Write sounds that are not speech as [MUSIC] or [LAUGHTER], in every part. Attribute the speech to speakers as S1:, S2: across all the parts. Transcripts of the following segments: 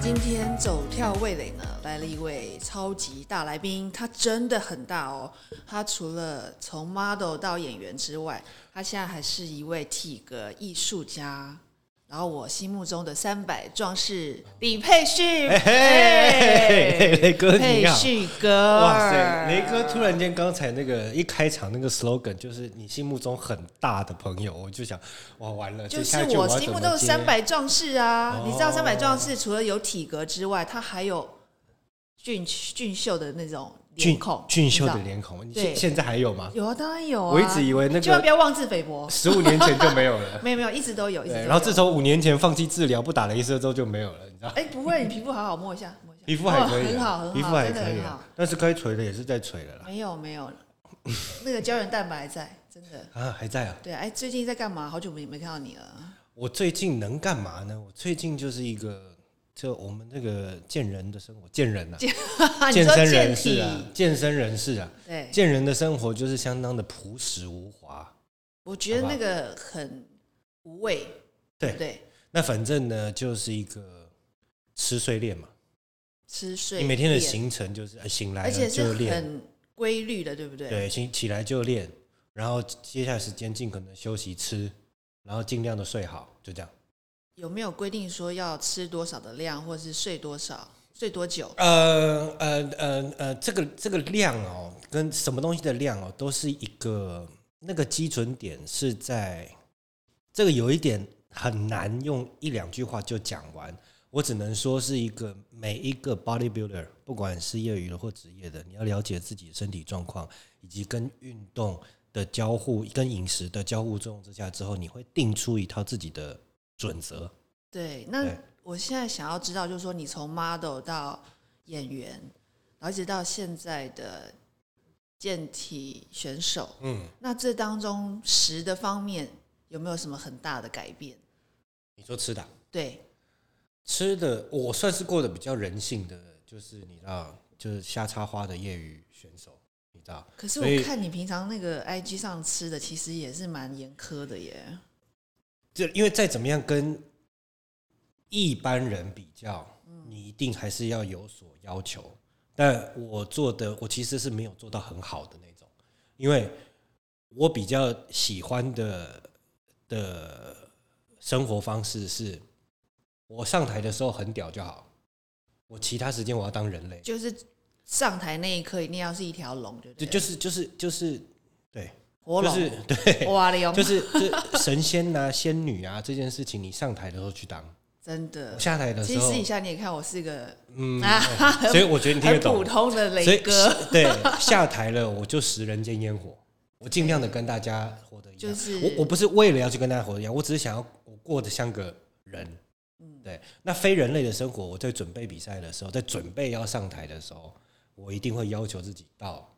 S1: 今天走跳味蕾呢，来了一位超级大来宾，他真的很大哦。他除了从 model 到演员之外，他现在还是一位体格艺术家。然后我心目中的三百壮士李佩旭，
S2: 嘿嘿嘿雷哥
S1: 佩
S2: 你好！
S1: 旭哥，
S2: 哇塞，雷哥突然间刚才那个一开场那个 slogan 就是你心目中很大的朋友，我就想哇完了，
S1: 就
S2: 接
S1: 是
S2: 下来
S1: 我
S2: 要
S1: 心
S2: 怎
S1: 目
S2: 么
S1: 中的
S2: 接
S1: 三百壮士啊！
S2: 哦
S1: 你知道三百壮士除了有体格之外，他还有俊俊秀的那种脸
S2: 俊
S1: 孔，
S2: 俊
S1: 你知
S2: 秀
S1: 道
S2: 的脸孔，你
S1: 对
S2: 现现在
S1: [LAUGHS]
S2: 还有吗？
S1: 有啊，当然有啊。
S2: 我一直以为那个
S1: 千万不要妄自菲薄，
S2: 十五年前就没
S1: [LAUGHS]
S2: 有了，
S1: 没有没有，一直都有，一直都
S2: 对，
S1: 有。
S2: 然后自从五年前放弃治疗不打镭射之后就没有了，你知道？
S1: 哎，不会，你皮肤好好摸一下，摸一下，
S2: 皮肤还可以啊，
S1: 哦很好，很好，
S2: 皮肤还
S1: 真的
S2: 可以
S1: 很
S2: 啊
S1: 好。，
S2: 但是该垂的也是在垂了啦
S1: 没有没有，那个胶原蛋白还在，真的。
S2: 啊，还在啊。
S1: 对，哎，最近在干嘛？好久没没看到你了。 [LAUGHS]
S2: 我最近能干嘛呢？我最近就是一个，就我们那个健人的生活，健人啊，
S1: 你
S2: 健
S1: 说
S2: 身人
S1: 健
S2: 士
S1: 体，
S2: 啊，健身人士啊，
S1: 对，
S2: 健人的生活就是相当的朴实无华。
S1: 我觉得
S2: 好吧
S1: 那个很无味，
S2: 对
S1: 不对，
S2: 那反正呢，就是一个吃睡练嘛，
S1: 吃睡
S2: 你每天的
S1: 练，
S2: 行程就是呃醒来
S1: 而且
S2: 了
S1: 是
S2: 就练，
S1: 很规律的，对不对？
S2: 对，醒起来就练，然后接下来时间尽可能休息吃，然后尽量的睡好，就这样。
S1: 有没有规定说要吃多少的量，或是睡多少、睡多久？
S2: 呃呃呃呃，这个这个量哦，跟什么东西的量哦，都是一个那个基准点是在这个有一点很难用一两句话就讲完。我只能说是一个每一个 bodybuilder，不管是业余的或职业的，你要了解自己的身体状况，以及跟运动的交互、跟饮食的交互作用之下之后，你会定出一套自己的准则。
S1: 对，那
S2: 对
S1: 我现在想要知道，就是说你从 model 到演员，然后一直到现在的健体选手，
S2: 嗯，
S1: 那这当中食的方面有没有什么很大的改变？
S2: 你说吃的啊、
S1: 对，
S2: 吃的我算是过得比较人性的，就是你知道，就是瞎插花的业余选手，你知道，
S1: 可是
S2: 所以
S1: 我看你平常那个 IG 上吃的，其实也是蛮严苛的耶。
S2: 就因为再怎么样跟一般人比较，你一定还是要有所要求。但我做的，我其实是没有做到很好的那种，因为我比较喜欢的的生活方式是，我上台的时候很屌就好，我其他时间我要当人类。
S1: 就是上台那一刻一定要是一条龙，对不
S2: 就
S1: 对？
S2: 就是就是就是，对，
S1: 活
S2: 就
S1: 龙，
S2: 是 [LAUGHS] 对，
S1: 哇嘞哦，
S2: 就是这神仙呐、仙女啊这件事情，你上台的时候去当，
S1: 真的
S2: 我。下台的
S1: 呃其
S2: 时
S1: 实私
S2: 候，
S1: 底下你也看，我是一个
S2: 嗯， [LAUGHS]
S1: 啊
S2: 对所以我觉得你听得
S1: [LAUGHS] 很普
S2: 懂，
S1: 通的
S2: 所以
S1: 雷哥，
S2: 对
S1: [LAUGHS]
S2: 下台了我就食人间烟火，我尽量的跟大家活得一样，
S1: 就是
S2: 我我不是为了要去跟大家活得一样，我只是想要我过得像个人。
S1: 嗯
S2: 对，那非人类的生活，我在准备比赛的时候，在准备要上台的时候，我一定会要求自己到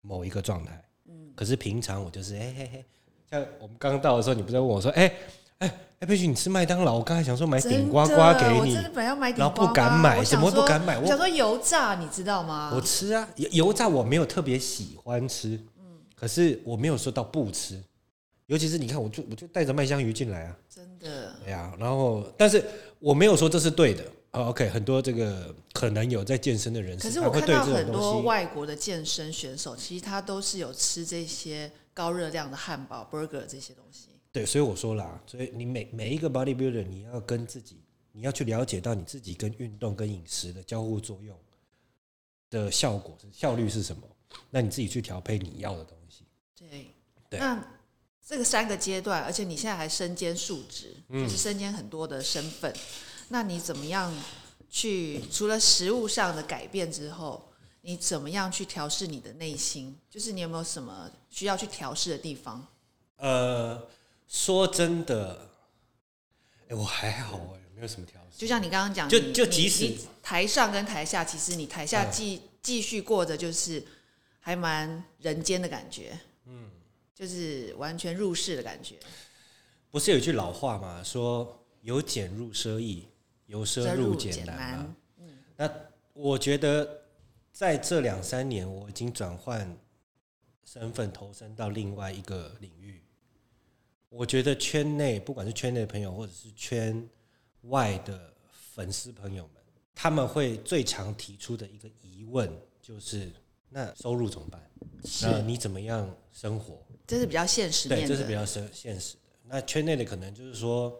S2: 某一个状态。
S1: 嗯
S2: 可是平常我就是嘿嘿嘿，像我们刚到的时候，你不是在问我说，哎、哎哎，佩君，你吃麦当劳？我刚才想说买
S1: 真的
S2: 顶呱呱给
S1: 我
S2: 你
S1: 真的，本来要买顶
S2: 然
S1: 呱
S2: 后
S1: 呱，
S2: 不敢买
S1: 我想
S2: 怎么会不
S1: 说
S2: 敢买
S1: 我
S2: 我
S1: 想说油炸，你知道吗？
S2: 我吃啊，油油炸我没有特别喜欢吃，
S1: 嗯
S2: 可是我没有说到不吃。尤其是你看，我就我就带着麦香鱼进来啊，
S1: 真的
S2: 对啊，然后但是我没有说这是对的。哦、OK，很多这个可能有在健身的人
S1: 可
S2: 士，
S1: 是
S2: 他
S1: 我
S2: 会
S1: 看
S2: 对
S1: 到
S2: 这
S1: 很
S2: 种
S1: 多
S2: 东西，
S1: 外国的健身选手，其实他都是有吃这些高热量的汉堡、burger 这些东西。
S2: 对，所以我说啦，所以你每每一个 bodybuilder，你要跟自己，你要去了解到你自己跟运动跟饮食的交互作用的效果是效率是什么，那你自己去调配你要的东西。
S1: 对，
S2: 对
S1: 那这个三个阶段，而且你现在还身兼数职，
S2: 嗯
S1: 就是身兼很多的身份。那你怎么样去除了食物上的改变之后，你怎么样去调试你的内心？就是你有没有什么需要去调试的地方？
S2: 呃，说真的，哎、我还好哎、没有什么调
S1: 就
S2: 试。
S1: 像你刚刚讲，
S2: 就
S1: 你
S2: 就
S1: 你
S2: 即使
S1: 你台上跟台下，其实你台下
S2: 嗯
S1: 继继续过着就是还蛮人间的感觉，嗯，就是完全入世的感觉，
S2: 不是有一句老话嘛，说由俭入奢易，由奢入啊俭难嘛。，那我觉得在这两三年，我已经转换身份，投身到另外一个领域。我觉得圈内，不管是圈内的朋友，或者是圈外的粉丝朋友们，他们会最常提出的一个疑问就是：那收入怎么办？那
S1: 是，
S2: 你怎么样生活？
S1: 这是比较现实
S2: 对，
S1: 面
S2: 这是比
S1: 的，
S2: 较现现实的。那圈内的可能就是说，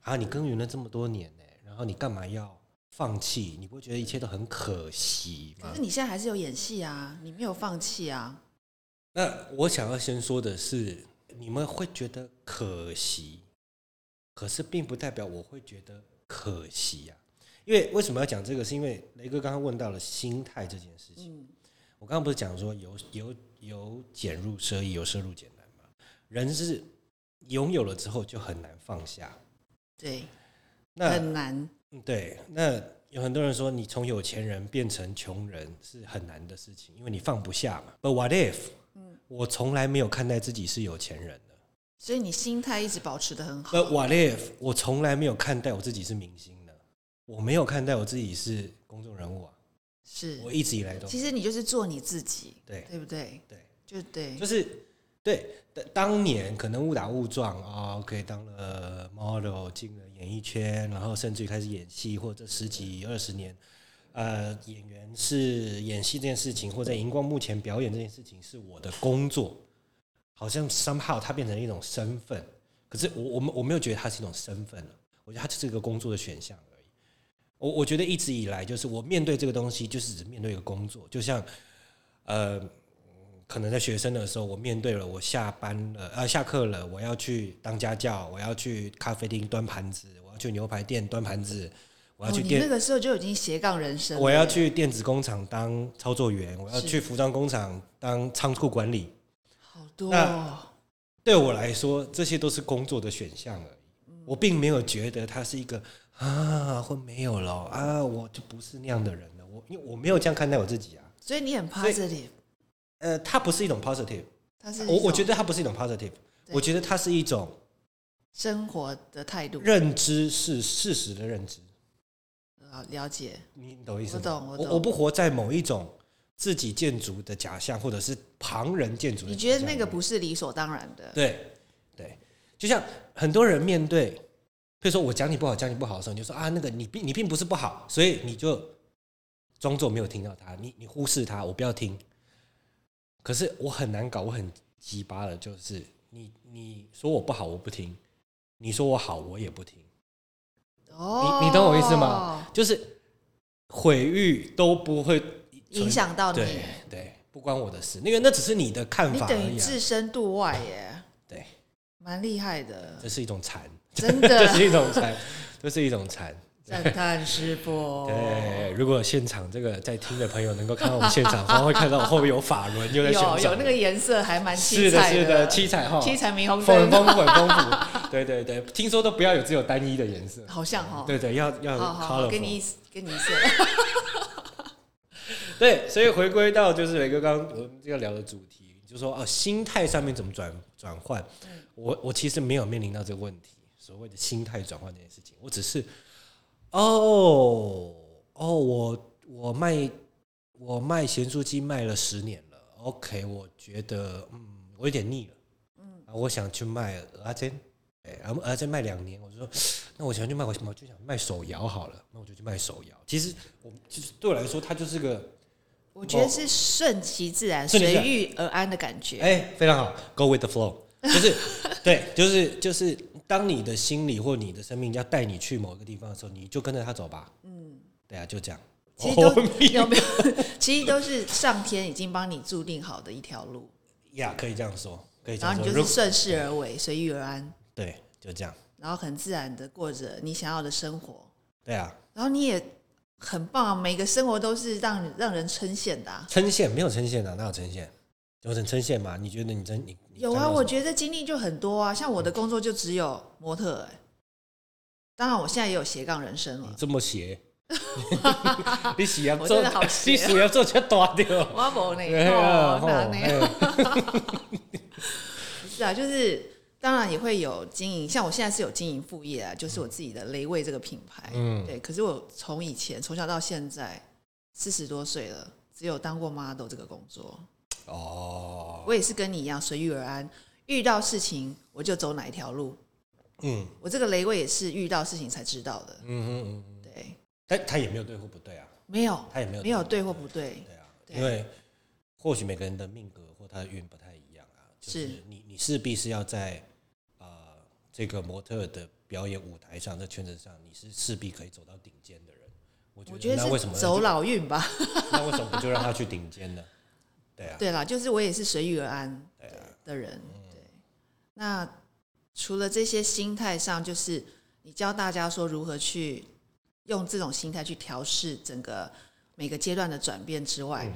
S2: 啊，你耕耘了这么多年呢、然后你干嘛要放弃？你不会觉得一切都很可惜吗
S1: 可是？你现在还是有演戏啊，你没有放弃啊，
S2: 那我想要先说的是，你们会觉得可惜，可是并不代表我会觉得可惜呀、因为为什么要讲这个？是因为雷哥刚刚问到了心态这件事情。
S1: 嗯，
S2: 我刚刚不是讲说由由由俭入奢易，由奢入俭难嘛？人是拥有了之后就很难放下。
S1: 对，
S2: 那
S1: 很难，
S2: 嗯，对，那有很多人说，你从有钱人变成穷人是很难的事情，因为你放不下嘛。But what if？我
S1: 嗯
S2: 从来没有看待自己是有钱人的。
S1: 所以你心态一直保持的很好
S2: But what if？我从来没有看待我自己是明星的，我没有看待我自己是公众人物啊，
S1: 是
S2: 我，一直以来都
S1: 其实你就是做你自己，
S2: 对
S1: 对不对？
S2: 对，
S1: 就对
S2: 就，是对。当当年可能误打误撞啊、可以当了 model，进了演艺圈，然后甚至于开始演戏，或者十几二十年，呃，演员是演戏这件事情，或在荧光幕前表演这件事情是我的工作，好像 somehow 它变成一种身份。可是我我们我没有觉得它是一种身份了，我觉得它就是一个工作的选项而已。我我觉得一直以来就是我面对这个东西，就是只面对一个工作，就像呃，可能在学生的时候，我面对了我下班了，呃，下课了，我要去当家教，我要去咖啡厅端盘子，我要去牛排店端盘子，我要
S1: 哦
S2: 去
S1: 你
S2: 店、
S1: 那个时候就已经斜杠人生了耶，
S2: 我要去电子工厂当操作员，我要
S1: 是
S2: 去服装工厂当仓库管理。
S1: 好多
S2: 那
S1: 哦，
S2: 对我来说，这些都是工作的选项而已。我并没有觉得它是一个啊，或没有了啊，我就不是那样的人了。我因为我没有这样看待我自己啊。
S1: 所以你很
S2: 所以
S1: positive，
S2: 呃，它不是一种 positive，
S1: 它是
S2: 我我觉
S1: 得
S2: 得它不是一种 positive，我觉得它是一种
S1: 生活的态度，
S2: 认知是事实的认知。
S1: 啊，了解，
S2: 你懂我意思
S1: 我
S2: 吗？
S1: 懂我
S2: 我
S1: 懂
S2: 不活在某一种自己建筑的假象，或者是旁人建筑的
S1: 你
S2: 假象里面。
S1: 觉得那个不是理所当然的，
S2: 对对，就像很多人面对，比如说我讲你不好，讲你不好的时候，你就说啊，那个你并你并不是不好，所以你就装作没有听到他，你你忽视他，我不要听。可是我很难搞，我很鸡巴的，就是你你说我不好，我不听；你说我好，我也不听。
S1: 哦，
S2: 你你懂我意思吗？就是毁誉都不会
S1: 影响到你，
S2: 对对，不关我的事，因为那只是你的看
S1: 你
S2: 法而
S1: 等于
S2: 已、啊。
S1: 置身度外耶，
S2: 对，
S1: 蛮厉害
S2: [LAUGHS]
S1: 的，
S2: 这是一种禅。
S1: 真
S2: [LAUGHS] 这
S1: 的。
S2: 是一种禅，这是一种禅。
S1: 赞叹师傅，
S2: [LAUGHS] 对，如果现场这个在听的朋友能够看到我们现场，然后会看到我后面有法轮又在
S1: 有
S2: 旋转，
S1: 有那个颜色还蛮
S2: 是
S1: 七
S2: 的，
S1: 彩
S2: 是的，七彩哈，
S1: 七彩霓虹
S2: 粉
S1: 灯，
S2: 丰富，很丰富。对对对，听说都不要有只有单一的颜色，
S1: 好像哈，
S2: 对对，要要
S1: 好好好，给你
S2: colorful。
S1: 一给你一色，
S2: [LAUGHS] 对，所以回归到就是雷哥刚刚我们这个聊的主题，就说哦，心态上面怎么转转换？我我其实没有面临到这个问题，所谓的心态转换这件事情，我只是哦哦，我我卖我卖咸酥鸡卖了十年了，OK，我觉得嗯，我有点腻了，嗯，我想去卖阿珍，哎，然后阿珍卖两年，我就说那我想去卖，我我就想卖手摇好了，那我就去卖手摇。其实我就是对我来说，它就是个。
S1: [LAUGHS] 我觉得是顺其自然、
S2: 顺其自
S1: 随
S2: 然
S1: 遇而安的感觉。
S2: 哎、非常好，Go with the flow，就是
S1: [LAUGHS]
S2: 对，就是就是，当你的心理或你的生命要带你去某个地方的时候，你就跟着他走吧。嗯，对啊，就这样。
S1: 其实
S2: [LAUGHS]
S1: 都
S2: Oh,
S1: 没有没 [LAUGHS] 有，其实都是上天已经帮你注定好的一条路，
S2: 呀，可以这样说，可以这
S1: 然
S2: 样
S1: 后
S2: 说。
S1: 你就
S2: 如
S1: 是顺势而为，随遇而安，
S2: 对，就这样。
S1: 然后很自然的过着你想要的生活，
S2: 对啊，
S1: 然后你也很棒啊，每个生活都是让你让人称羡的、啊。
S2: 称羡没有称羡的，啊哪有称羡？有人称羡吗？你觉得你真你你
S1: 有
S2: 沾
S1: 啊，
S2: 到
S1: 我
S2: 什么
S1: 觉得经历就很多啊，像我的工作就只有模特、欸，当然我现在也有斜杠人生
S2: 你
S1: 了，
S2: 这么
S1: [LAUGHS]
S2: 邪，你喜要
S1: 我
S2: 做
S1: 真的好，邪啊
S2: 你喜要做就大掉。
S1: 我要模呢，
S2: 哎呀
S1: 哦，那
S2: 吼
S1: 呢？
S2: 哎
S1: 是啊，就是当然也会有经营，像我现在是有经营副业啊，就是我自己的雷卫这个品牌。
S2: 嗯
S1: 对。可是我从以前从小到现在四十多岁了，只有当过 model 这个工作。
S2: 哦，
S1: 我也是跟你一样随遇而安，遇到事情我就走哪一条路。
S2: 嗯
S1: 我这个雷卫也是遇到事情才知道的。
S2: 嗯嗯嗯。
S1: 对，
S2: 但他也没有对或不对啊，
S1: 没有
S2: 他也没有
S1: 没有对或不对，
S2: 对啊，
S1: 对
S2: 因为或许每个人的命格或他的运不太一样啊，就是
S1: 是
S2: 你你势必是要在呃这个模特的表演舞台上，在圈子上，你是势必可以走到顶尖的人。我觉
S1: 我
S2: 得
S1: 觉
S2: 那
S1: 得
S2: 为
S1: 是
S2: 什么
S1: 走
S2: 就
S1: 老运吧。
S2: [LAUGHS] 那为什么不就让他去顶尖呢？对啊，
S1: 对啦，就是我也是随遇而安
S2: 对啊
S1: 的人。对，那除了这些心态上，就是你教大家说如何去用这种心态去调试整个每个阶段的转变之
S2: 嗯
S1: 外，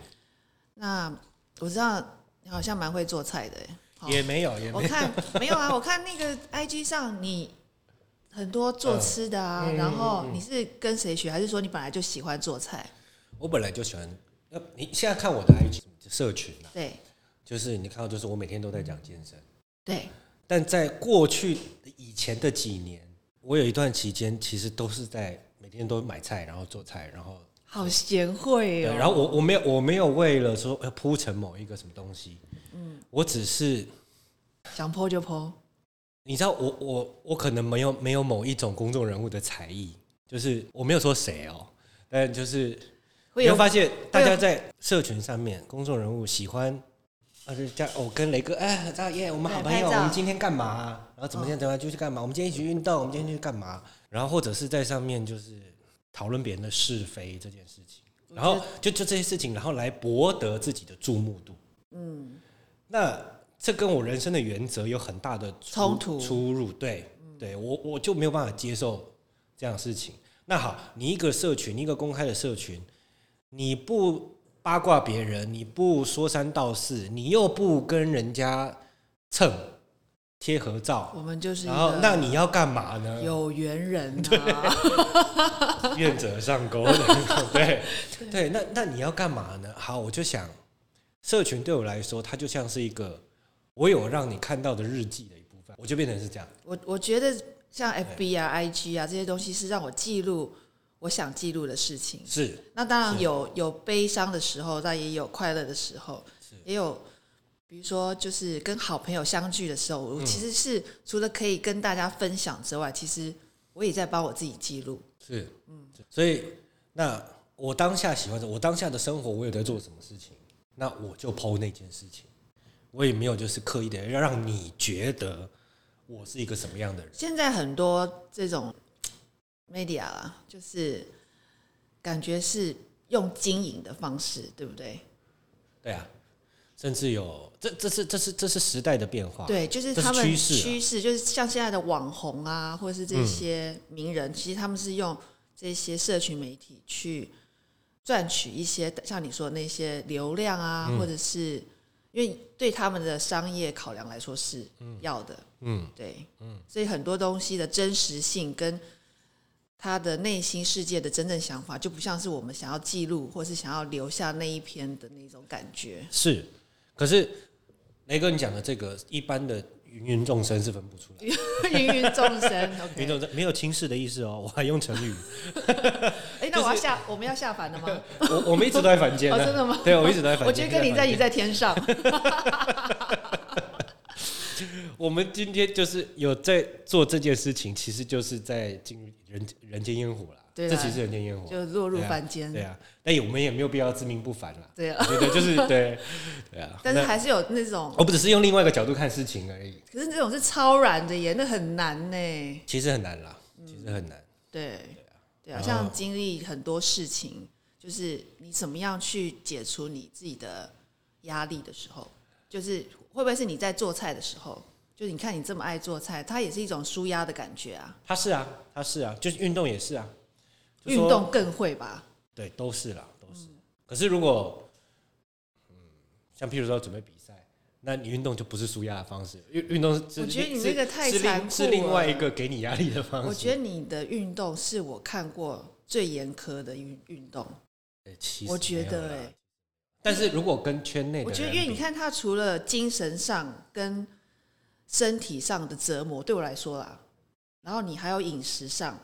S1: 那我知道你好像蛮会做菜的耶。欸好哦
S2: 也没有，也
S1: 我
S2: 没有，
S1: 看没有啊，我看那个 IG 上你很多做吃的啊，
S2: 嗯
S1: 然后你是跟谁学，还是说你本来就喜欢做菜？
S2: 我本来就喜欢。呃，你现在看我的 IG 社群啊，
S1: 对
S2: 就是你看到，就是我每天都在讲健身，
S1: 对，
S2: 但在过去以前的几年，我有一段期间其实都是在每天都买菜，然后做菜，然后
S1: 好贤惠
S2: 对，
S1: 哦。
S2: 然后我我没有我没有为了说要铺成某一个什么东西，嗯，我只是
S1: 想剖就剖。
S2: 你知道我我我可能没有没有某一种公众人物的才艺，就是我没有说谁哦，但就是
S1: 会
S2: 你
S1: 有
S2: 会发现大家在社群上面公众人物喜欢。啊，就是这样，我、跟雷哥，哎，照耶，我们好
S1: 对
S2: 朋友，
S1: 拍照嗯
S2: 我们今天干嘛、啊然后怎么样怎么样，就去干嘛？我们今天一起运动，我们今天去干嘛？然后或者是在上面就是讨论别人的是非这件事情，
S1: 我
S2: 然后
S1: 觉得
S2: 就就这些事情，然后来博得自己的注目度。
S1: 嗯
S2: 那这跟我人生的原则有很大的出
S1: 冲突嗯
S2: 出入，对，对我我就没有办法接受这样的事情。那好，你一个社群，你一个公开的社群，你不八卦别人，你不说三道四，你又不跟人家蹭贴合照，
S1: 我们就是一
S2: 然后
S1: 个
S2: 那你要干嘛呢？
S1: 有缘人
S2: [LAUGHS]
S1: 啊，
S2: 愿者上钩的，对对。那那你要干嘛呢？好，我就想，社群对我来说，它就像是一个我有让你看到的日记的一部分，我就变成是这样。
S1: [LAUGHS] 我我觉得像 FB 啊、IG 啊这些东西是让我记录我想记录的事情。
S2: 是
S1: 那当然
S2: 是
S1: 有有悲伤的时候，但也有快乐的时候，也有比如说就是跟好朋友相聚的时候，
S2: 嗯
S1: 我其实是除了可以跟大家分享之外，其实我也在帮我自己记录。
S2: 是，嗯，所以那我当下喜欢的，我当下的生活，我有在做什么事情，那我就剖那件事情，我也没有就是刻意的要让你觉得我是一个什么样的人。
S1: 现在很多这种 media 啦，就是感觉是用经营的方式，对不对？
S2: 对啊，甚至有这这是这是这是时代的变化，
S1: 对，就是
S2: 哦这是
S1: 他们
S2: 趋势啊嗯
S1: 趋势，就是像现在的网红啊，或者是这些名人，其实他们是用这些社群媒体去赚取一些像你说的那些流量啊，
S2: 嗯
S1: 或者是因为对他们的商业考量来说是要的，
S2: 嗯，
S1: 对，嗯，所以很多东西的真实性跟他的内心世界的真正想法，就不像是我们想要记录或是想要留下那一篇的那种感
S2: [LAUGHS]
S1: 觉。 [LAUGHS]
S2: 是，可是雷哥你讲的这个，一般的芸芸众生是分不出来，
S1: 芸芸众生
S2: 芸
S1: ，OK
S2: [LAUGHS] 芸。众生没有轻视的意思哦，我还用成语，
S1: [LAUGHS] 哎、那我要下，我们要下凡
S2: [LAUGHS]
S1: 了吗？
S2: 我我们一直都在凡间
S1: [LAUGHS] 哦，
S2: 呢、
S1: 真的吗？
S2: 对我一直都在凡间，
S1: 我觉得跟你在你在天
S2: [LAUGHS]
S1: 上，
S2: 我们今天就是有在做这件事情，其实就是在进入人人间烟火啦。
S1: 对啦
S2: 这其实人间烟火。
S1: 就落入凡间。
S2: 对啊，但也我们也没有必要自命不凡啦。
S1: 对
S2: 我
S1: 啊，
S2: 觉得就是对，对啊。
S1: [LAUGHS] 但是
S2: 那
S1: 还是有那种，
S2: 我不只是用另外一个角度看事情而已，
S1: 可是这种是超然的耶，那很难呢。
S2: 其实很难啦，其实很
S1: 嗯
S2: 难。
S1: 对，对啊，
S2: 然后
S1: 像经历很多事情，就是你怎么样去解除你自己的压力的时候，就是会不会是你在做菜的时候，就是你看你这么爱做菜，它也是一种舒压的感觉啊。
S2: 他是啊，他是啊，就是运动也是啊，就
S1: 运
S2: 说
S1: 动更会吧？
S2: 对都是啦，都
S1: 嗯
S2: 是。可是如果嗯，像譬如说准备比赛。那你运动就不是舒压的方式，运运动是
S1: 我觉得你
S2: 是
S1: 这个太
S2: 是
S1: 残酷
S2: 另是另外
S1: 了
S2: 一个给你压力的方式。
S1: 我觉得你的运动是我看过最严苛的运运动。
S2: 欸其
S1: 我
S2: 实
S1: 觉
S2: 没有
S1: 得
S2: 啦
S1: 欸
S2: 但是如果跟圈内的人比，
S1: 我觉得，因为你看他除了精神上跟身体上的折磨，对我来说啦，然后你还有饮食上，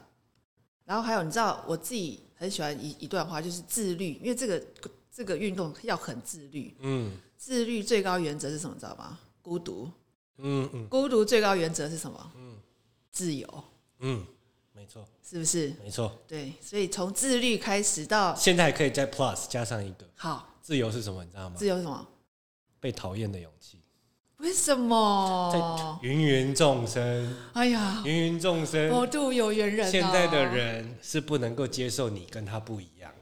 S1: 然后还有你知道我自己很喜欢一一段话，就是自律，因为这个这个运动要很自律，
S2: 嗯
S1: 自律最高原则是什么？你知道吗？孤独，
S2: 嗯嗯
S1: 孤独最高原则是什么？自由。
S2: 嗯，没错，
S1: 是不是？
S2: 没错。
S1: 对，所以从自律开始到
S2: 现在还可以再 plus 加上一个
S1: 好，
S2: 自由是什么？你知道吗
S1: 自？由是什么？
S2: 被讨厌的勇气，
S1: 为什么？
S2: 在芸芸众生，
S1: 哎呀，
S2: 芸芸众生，
S1: 佛度有缘人、哦。
S2: 现在的人是不能够接受你跟他不一样的。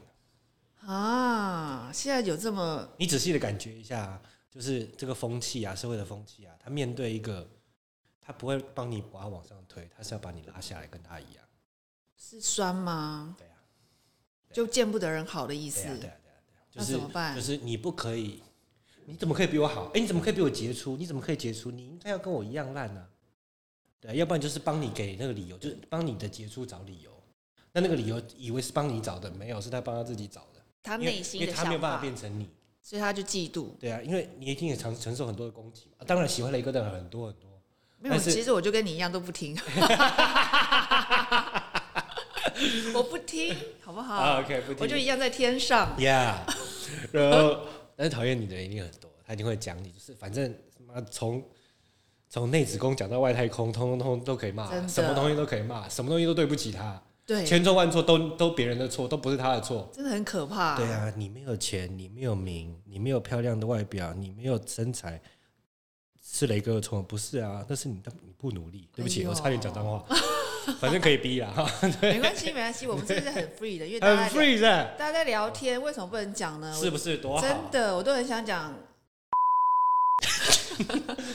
S1: 啊，现在有这么
S2: 你仔细的感觉一下，啊就是这个风气啊，社会的风气啊，他面对一个，他不会帮你把他往上推，他是要把你拉下来，跟他一样。
S1: 是酸吗？
S2: 对啊，
S1: 就见不得人好的意
S2: 对
S1: 思
S2: 啊，。对啊，对啊，对啊，就
S1: 那
S2: 是
S1: 怎么办
S2: 就是你不可以，你怎么可以比我好？哎、你怎么可以比我杰出？你怎么可以杰出？你应该要跟我一样烂啊！对啊，要不然就是帮你给那个理由，就是帮你的杰出找理由。那那个理由以为是帮你找的，没有，是他帮他自己找的，
S1: 他
S2: 因为
S1: 内心
S2: 因
S1: 的
S2: 为他
S1: 想
S2: 没有办
S1: 法
S2: 法，变成你。
S1: 所以他就嫉妒。
S2: 对啊，因为你一定也承承受很多的攻击嘛。当然，喜欢雷哥的人很多很多，
S1: 没有，
S2: 但是
S1: 其实我就跟你一样都不
S2: [LAUGHS]
S1: 听，我不听，好不好、
S2: 啊，OK，不听
S1: 我就一样在天上。
S2: ，Yeah，然后但是讨厌你的人一定很多，他一定会讲你，就是反正他妈从从内子宫讲到外太空，通通通都可以
S1: 真
S2: 骂，
S1: 的
S2: 什么东西都可以骂，什么东西都对不起他，
S1: 对，
S2: 千错万错都都别人的错，都不是他的错。
S1: 真的很可怕、
S2: 对，啊，你没有钱，你没有名，你没有漂亮的外表，你没有身材，是雷哥的错吗？不是啊，那是你的你不努力。对不起，
S1: 哎呦
S2: 我差点讲
S1: [LAUGHS]
S2: 脏话，反正可以逼啦。啊哈
S1: 没关系，没关系，我们这是很 free 的，因为大
S2: 很
S1: 家在
S2: free 的，
S1: 大家在聊天，为什么不能讲呢？
S2: 是不是多
S1: 我
S2: 好？
S1: 真的，我都很想讲。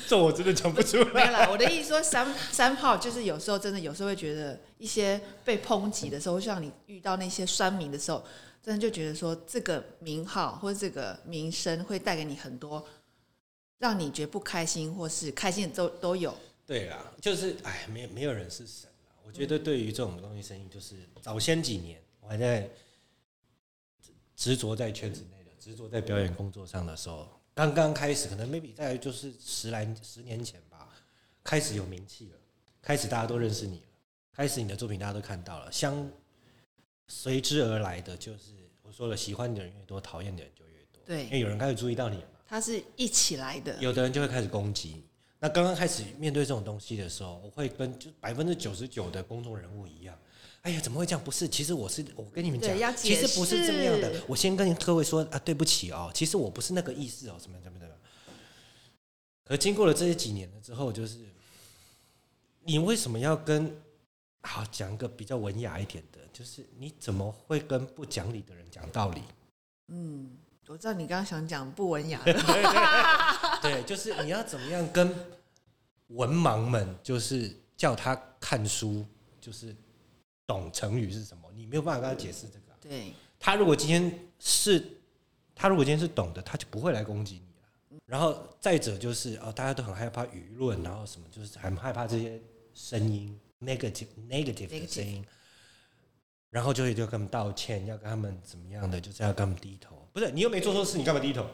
S2: 这我真的讲不出
S1: [LAUGHS] 没有
S2: 来。
S1: 啦，我的意思说三三炮就是有时候真的，有时候会觉得一些被抨击的时候，就像你遇到那些酸民的时候，真的就觉得说这个名号或者这个名声会带给你很多让你觉得不开心或是开心的都都有。
S2: 对啦，就是哎，没有没有人是神啦。我觉得对于这种东西生意，就是早先几年我还在执执着在圈子内的，执着在表演工作上的时候，刚刚开始，可能 maybe 在就是十来十年前吧，开始有名气了，开始大家都认识你了，开始你的作品大家都看到了，相随之而来的就是我说了，喜欢你的人越多，讨厌你的人就越多，
S1: 对
S2: 因为有人开始注意到你了嘛。
S1: 它是一起来的，
S2: 有的人就会开始攻击你。那刚刚开始面对这种东西的时候，我会跟就百分之九十九的公众人物一样。哎呀，怎么会这样？不是，其实我是我跟你们
S1: 对要
S2: 讲，
S1: 解
S2: 其
S1: 释
S2: 实不是这样的。我先跟各位说啊，对不起哦，其实我不是那个意思哦，什么什么什么。可经过了这些几年了之后，就是你为什么要跟好讲一个比较文雅一点的，就是你怎么会跟不讲理的人讲道理？
S1: 嗯，我知道你刚刚想讲不
S2: [LAUGHS]
S1: 文雅的，
S2: 对，就是你要怎么样跟文盲们，就是叫他看书，就是懂成语是什么，你没有办法跟他解释这个啊、
S1: 对，
S2: 他如果今天是，他如果今天是懂的，他就不会来攻击你了。然后再者就是哦，大家都很害怕舆论，然后什么就是很害怕这些声音，negative negative 的声音，然后就会就跟他们道歉，要跟他们怎么样的，就是要跟他们低头。不是你又没做错事，你干嘛低头？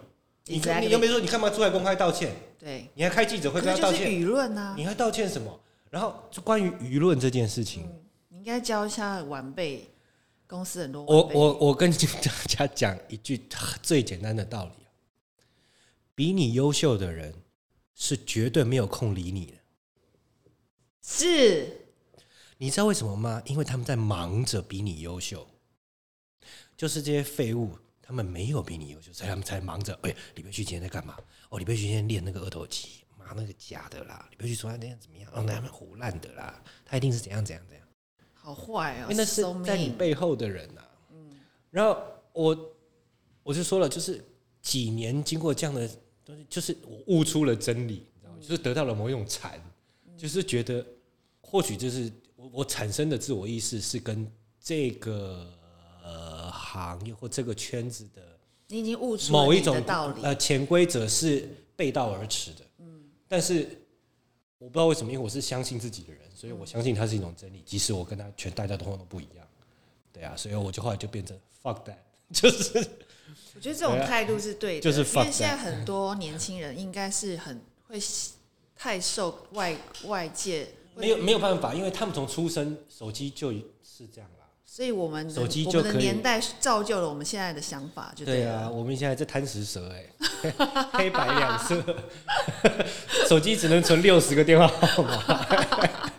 S2: 你看
S1: Exactly
S2: 你又没说，你干嘛出来公开道歉？
S1: 对，
S2: 你还开记者
S1: 可
S2: 会
S1: 是
S2: 跟他道
S1: 就是
S2: 歉？
S1: 舆论啊，
S2: 你还道歉什么？然后就关于舆论这件事情，
S1: 你应该教一下晚辈，公司很多
S2: 我
S1: 晚辈
S2: 我我跟大家讲一句最简单的道理：啊比你优秀的人是绝对没有空理你的。
S1: 是
S2: 你知道为什么吗？因为他们在忙着比你优秀，就是这些废物，他们没有比你优秀，所以他们才忙着。哎、李佩旭今天在干嘛？哦，李佩旭今天练那个二头肌，妈那个假的啦！李佩旭说他那样怎么样？哦，那他们胡烂的啦，他一定是怎样怎样怎样。
S1: 好坏哦，
S2: 因为那是
S1: so
S2: 在你
S1: mean 嗯
S2: 背后的人呐、然后我我就说了，就是几年经过这样的东西，就是我悟出了真理，你
S1: 嗯
S2: 知道吗？就是得到了某一种禅，就是觉得或许就是我我产生的自我意识是跟这个呃行业或这个圈子的
S1: 你已经悟出了
S2: 某一
S1: 你
S2: 种
S1: 的道理，嗯
S2: 呃潜规则是背道而驰的。但是我不知道为什么，因为我是相信自己的人，所以我相信它是一种真理，即使我跟他全大家通通都不一样。对啊，所以我就后来就变成 fuck that，就是
S1: 我觉得这种态度是对的，
S2: 哎就是
S1: 因
S2: fuck
S1: 为现在很多年轻人应该是很会太受外外界，
S2: 没有没有办法，因为他们从出生手机就是这样啦。
S1: 所以我们的
S2: 手机
S1: 我
S2: 就
S1: 们
S2: 可以
S1: 的年代造就了我们现在的想法，就
S2: 对啊，
S1: 了。
S2: 我们现在在贪食蛇哎、黑白两色， [LAUGHS] 手机只能存六十个电话号码。 [LAUGHS]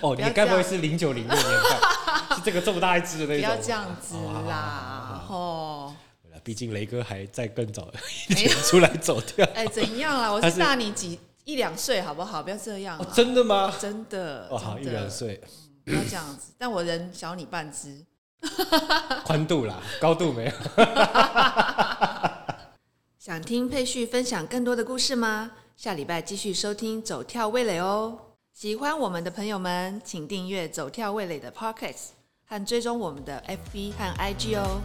S2: 哦，
S1: 不
S2: 你
S1: 要
S2: 该不会
S1: 这
S2: 是零九零的年代，是这个这么大一只的
S1: 不
S2: 那种？
S1: 要这样子啦，吼！
S2: 毕竟雷哥还在更早
S1: 没有，
S2: 出来走掉。
S1: 哎，怎样啦？我
S2: 他
S1: 是
S2: 是
S1: 大你几一两岁，好不好？不要这样
S2: 哦
S1: 啦，
S2: 真的吗？
S1: 真的，
S2: 哦，好，一
S1: 真的
S2: 两岁，
S1: 不要这样子。但我人小你半只，
S2: 宽度啦，高度没有。
S1: 想听佩旭分享更多的故事吗？下礼拜继续收听《走跳味蕾》哦。喜欢我们的朋友们，请订阅《走跳味蕾》的 Podcast 和追踪我们的 FB 和 IG 哦。